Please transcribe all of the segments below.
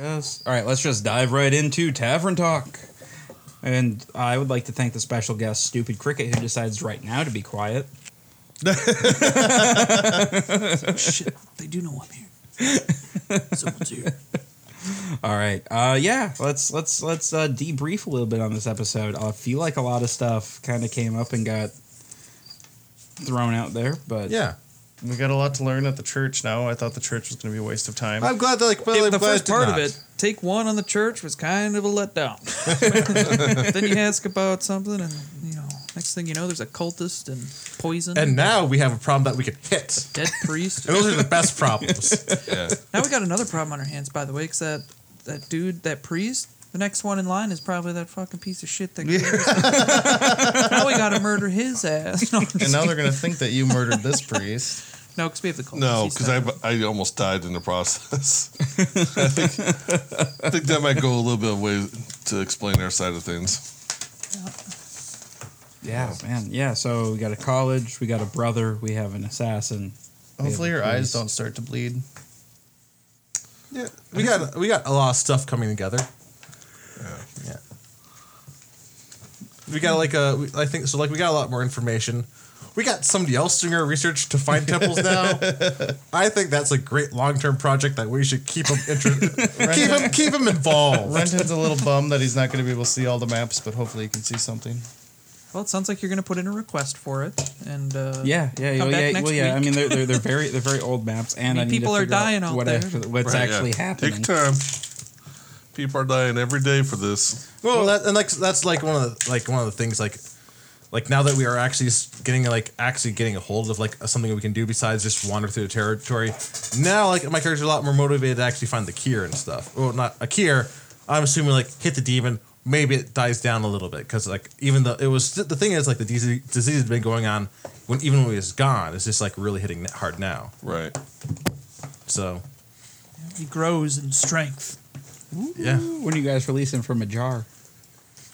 Yes. All right, let's just dive right into Tavern Talk. And I would like to thank the special guest, Stupid Cricket, who decides right now to be quiet. Shit, they do know I'm here. Someone's here. All right. Uh, yeah. Let's let's let's uh, debrief a little bit on this episode. I feel like a lot of stuff kind of came up and got thrown out there, but Yeah. We got a lot to learn at the church now. I thought the church was going to be a waste of time. I'm glad that, like, well, I'm the glad first did part of not. it, take one on the church, was kind of a letdown. then you ask about something, and you know, next thing you know, there's a cultist and poison And now we have a problem that we can hit. dead priest. And those are the best problems. Yeah. now we got another problem on our hands, by the way, because that that dude, that priest. The next one in line is probably that fucking piece of shit that. now we gotta murder his ass. No, and now they're going to think that you murdered this priest. because we have the cultist. No, He's because I, fine. I almost died in the process. I, think, I think that might go a little bit of way to explain our side of things. yeah, man. Yeah. So we got a college. We got a brother. We have an assassin. Hopefully, Yeah, your the eyes priest. don't start to bleed. Yeah, we got we got a lot of stuff coming together. Yeah. We got like a we- I think so like we got a lot more information. We got somebody else doing our research to find temples now. I think that's a great long term project that we should keep them interested, keep them keep 'em involved. Renton's a little bummed that he's not going to be able to see all the maps, but hopefully he can see something. Well, it sounds like you're gonna put in a request for it, and uh, Yeah, yeah, Come well, back yeah, next well, yeah. I week. mean, they're, they're they're very they're very old maps, and I I, mean, need to people are figure out dying out what there. actually- what's Right, actually yeah. happening. Take time. People are dying every day for this. Well, that, and like that's like one of the like one of the things like like now that we are actually s- getting like actually getting a hold of like something we can do besides just wander through the territory. Now, like my character's a lot more motivated to actually find the cure and stuff. Well, not a cure. I'm assuming like hit the demon. Maybe it dies down a little bit because like even though it was the thing is like the disease disease has been going on when even when he was gone. It's just like really hitting hard now. Right. So he grows in strength. yeah, When do you guys release him from a jar?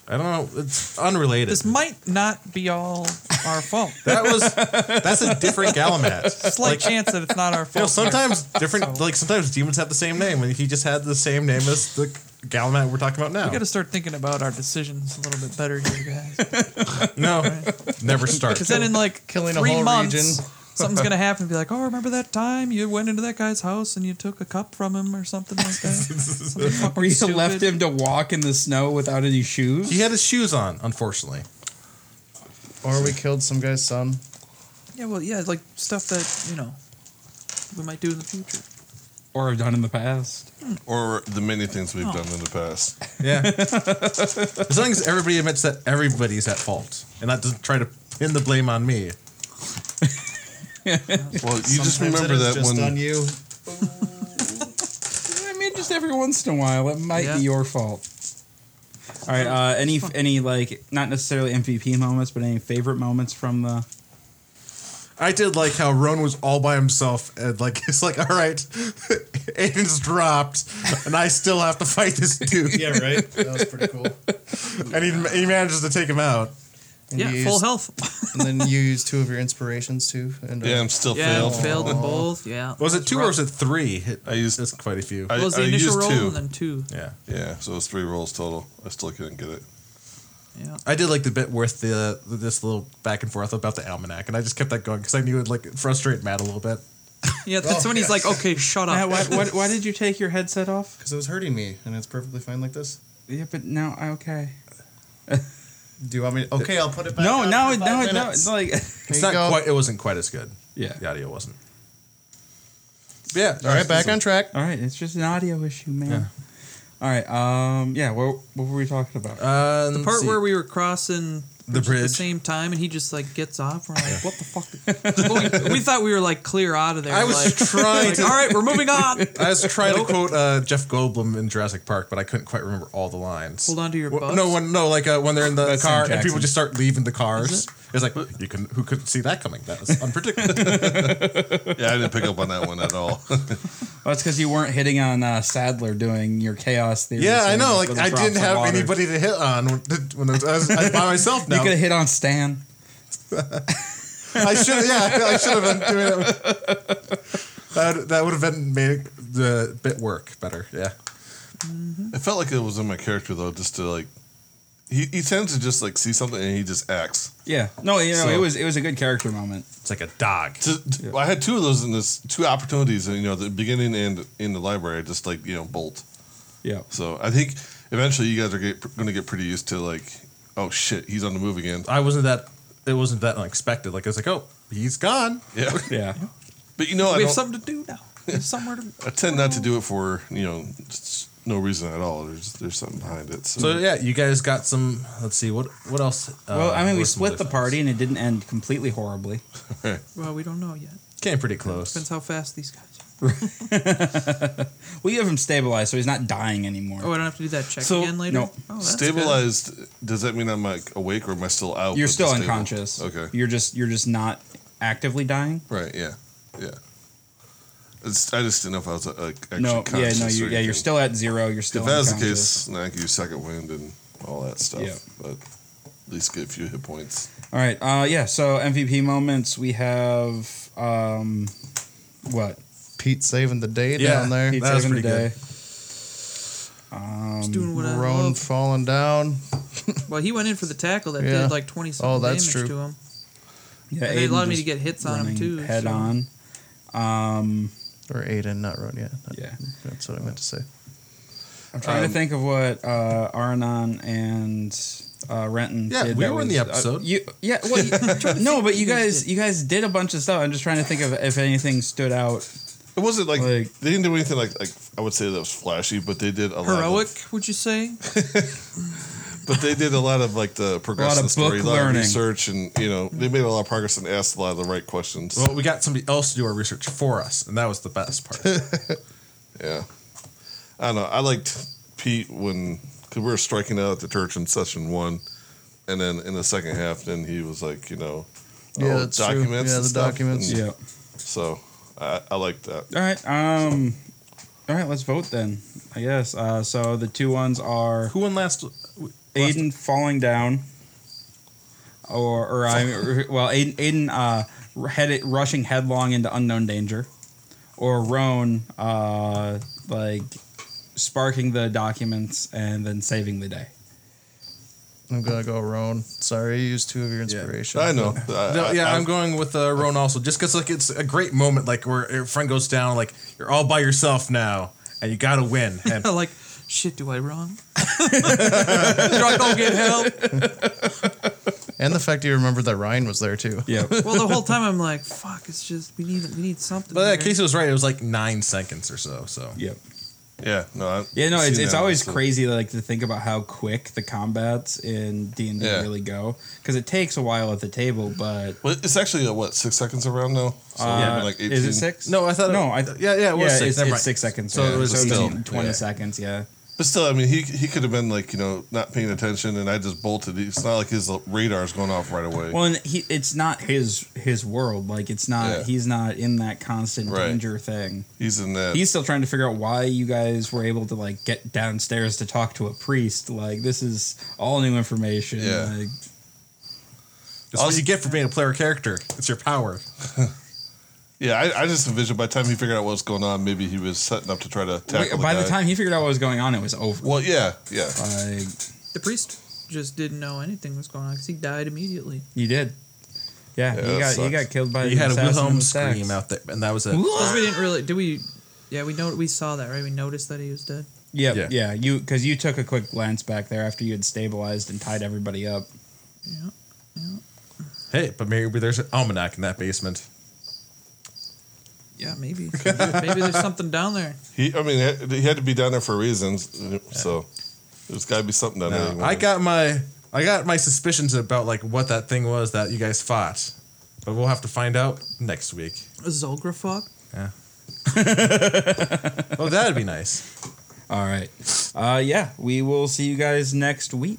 I don't know. It's unrelated. This might not be all our fault. that was that's a different Galamat. Slight chance that it's not our You know, fault. sometimes different, So- like sometimes demons have the same name, and he just had the same name as the Galamat we're talking about now. we got to start thinking about our decisions a little bit better here, guys. no, never start. Because then in like Killing a three whole months, region. something's gonna happen. Be like, oh, remember that time you went into that guy's house and you took a cup from him or something like that. Something fucking Or you stupid. left him to walk in the snow without any shoes? He had his shoes on, unfortunately. Or we killed some guy's son. Yeah, well, yeah, like stuff that you know we might do in the future. or have done in the past. Or the many things we've done in the past. Yeah. as long as everybody admits that everybody's at fault and not just try to pin the blame on me. Well, you just Sometimes it remember is that just when on you. I mean, just every once in a while, it might Yeah. be your fault. All right. Uh, any any like not necessarily MVP moments, but any favorite moments from the? I did like how Roan was all by himself, and like it's like, all right, Aiden's dropped, and I still have to fight this dude, Yeah, right. That was pretty cool. and he, he manages to take him out. And yeah, you full used- health. And then you used two of your inspirations too. And uh, yeah, I'm still yeah, failed. failed in both. Yeah. Was it two or was it three? I used- that's quite a few. I, What was the I initial used roll two. and then two? yeah. Yeah, so it was three rolls total. I still couldn't get it. Yeah. I did like the bit with the uh, this little back and forth about the almanac, and I just kept that going because I knew it would like frustrate Matt a little bit. Yeah, that's when he's Oh, like, okay, shut up. why, why, why did you take your headset off? Because it was hurting me, and it's perfectly fine like this. Yeah, but now okay. Do you want me? To, okay, I'll put it back. No, on no, for no, five no, no. It's minutes. like There It's you not go. quite. It wasn't quite as good. yeah. The audio wasn't. Yeah. All right, back on track. All right, it's just an audio issue, man. All right. Um. Yeah. What What were we talking about? Um, the part where we were crossing The at the bridge. same time, and he just like gets off. We're like, what the fuck? Well, we, we thought we were like clear out of there. I was like, trying like, to- All right, we're moving on. I was trying to quote uh, Jeff Goldblum in Jurassic Park, but I couldn't quite remember all the lines. Hold on to your Well, butts. no, when no, like uh, when they're in the That's Sam car and Jackson. people just start leaving the cars. Is It's like you can who couldn't see that coming. That was unpredictable. Yeah, I didn't pick up on that one at all. Well, that's because Oh, you weren't hitting on uh, Sadler doing your chaos theory. yeah, I thing know. with Like the I drops didn't of have water. anybody to hit on when, when I was, I was by myself You now. could have hit on Stan. I should, yeah, I should have been doing it. That, that would have been made the bit work better. Yeah, It felt like it was in my character though, just to like. He, he tends to just like see something and he just acts. Yeah. No, you know, So- it was it was a good character moment. It's like a dog. To- to- I had two of those in this two opportunities, you know, the beginning and in the library. I just like you know bolt. Yeah. So I think eventually you guys are get, going to get pretty used to like, oh shit, he's on the move again. I wasn't that. It wasn't that unexpected. Like I was like, oh, he's gone. Yeah, Yeah. but you know I we have oh. don't. something to do now. We have somewhere to. I tend not to do it for you know s- no reason at all. There's there's something behind it. So, So yeah, you guys got some. Let's see what what else. uh, Mm. Well, I mean, we were some split other the things? party and it didn't end completely horribly. Well, we don't know yet. Came pretty close. Depends how fast these guys. Are. We have him stabilized, so he's not dying anymore. Oh, I don't have to do that check So- again later. no. Oh, that's good. stabilized. Does that mean I'm like awake or am I still out? you're but still just stable? unconscious. Okay. You're just you're just not actively dying. Right. Yeah. Yeah. It's, I just didn't know if I was uh, like actually no. Yeah. conscious. No. or You're, yeah. You're anything. still at zero. You're still. If that's the unconscious. case, then I could use second wind and all that stuff. Yeah. But at least get a few hit points. All right. Uh, yeah. So MVP moments. We have um, what? Pete saving the day Yeah, down there. Pete that was saving pretty good. Um, Just doing what I Roan love. falling down. Well, he went in for the tackle that Yeah. did like twenty something Oh, that's damage true. to him. yeah, And they Aiden allowed me just to get hits on him running too. Head so- on. Um, Or Aiden, not Roan, yeah. Yeah. That's what I meant to say. I'm trying Um, to think of what uh, Aranon and uh, Renton. Yeah, did we that were in the was- episode. Uh, you, yeah, well, you- no, but you guys, you guys did a bunch of stuff. I'm just trying to think of if anything stood out. It wasn't like, Like- they didn't do anything like like I would say that was flashy, but they did a lot Heroic, Of, would you say? but they did a lot of like the progress in the book story, a lot of learning. research, and you know they made a lot of progress and asked a lot of the right questions. Well, we got somebody else to do our research for us, and that was the best part. Yeah, I don't know. I liked Pete when because we were striking out at the church in session one, and then in the second half, then he was like, you know, Yeah, oh, that's true. Yeah, and the stuff. documents. And Yeah. So I, I liked that. All right. Um. All right. Let's vote then. I guess. Uh, so the two ones are Who won last? Uh, Aiden falling down, or or I or- well Aiden Aiden uh headed rushing headlong into unknown danger, or Roan uh like sparking the documents and then saving the day. I'm gonna go Roan. Sorry, you used two of your inspiration. I know. I, No, I- yeah, I- I, am going with uh, Roan also, just because like it's a great moment, like where your friend goes down, like you're all by yourself now, and you gotta win. And like, shit, do I run? do I go get help? And the fact you remembered that Ryan was there too. Yeah. Well, the whole time I'm like, fuck, it's just, we need we need something. but that here. case was right; it was like nine seconds or so. So yep. yeah, no, I, Yeah, no, I've it's, seen it's that always also. crazy like to think about how quick the combats in D and D Yeah. really go because it takes a while at the table, but Well, it's actually uh what six seconds around now. So uh, yeah, like 18. is it six? no, I thought it- no, I yeah, yeah, it was six. it's, Never it's mind. six seconds. So it yeah. was it's still- 18, 20 yeah. seconds. Yeah, But still, I mean, he he could have been like you know not paying attention, and I just bolted. It's not like his uh, radar's going off right away. Well, and he, it's not his his world. Like it's not Yeah. he's not in that constant Right. danger thing. He's in that. He's still trying to figure out why you guys were able to like get downstairs to talk to a priest. Like this is all new information. Yeah. Like, that's what you get for being a player character. It's your power. yeah, I, I just envisioned by the time he figured out what was going on, maybe he was setting up to try to tackle. wait, the by the guy. time he figured out what was going on, it was over. Well, yeah, yeah, Like the priest just didn't know anything was going on because he died immediately. you did. Yeah, Yeah, he that got he sucks. got killed by You had a assassin in Wilhelm the stacks. scream out there, and that was it. Because we didn't really, did we? Yeah, we know we saw that, right? We noticed that he was dead. Yep, yeah, Yeah. yeah. You because you took a quick glance back there after you had stabilized and tied everybody up. Yeah. Hey, but maybe there's an almanac in that basement. Yeah, maybe. maybe there's something down there. He, I mean, he had to be down there for reasons. So there's got to be something down No, there. I got my I got my suspicions about like what that thing was that you guys fought, but we'll have to find out next week. A Zolgrafog? Oh, that'd be nice. All right. Uh, yeah, we will see you guys next week.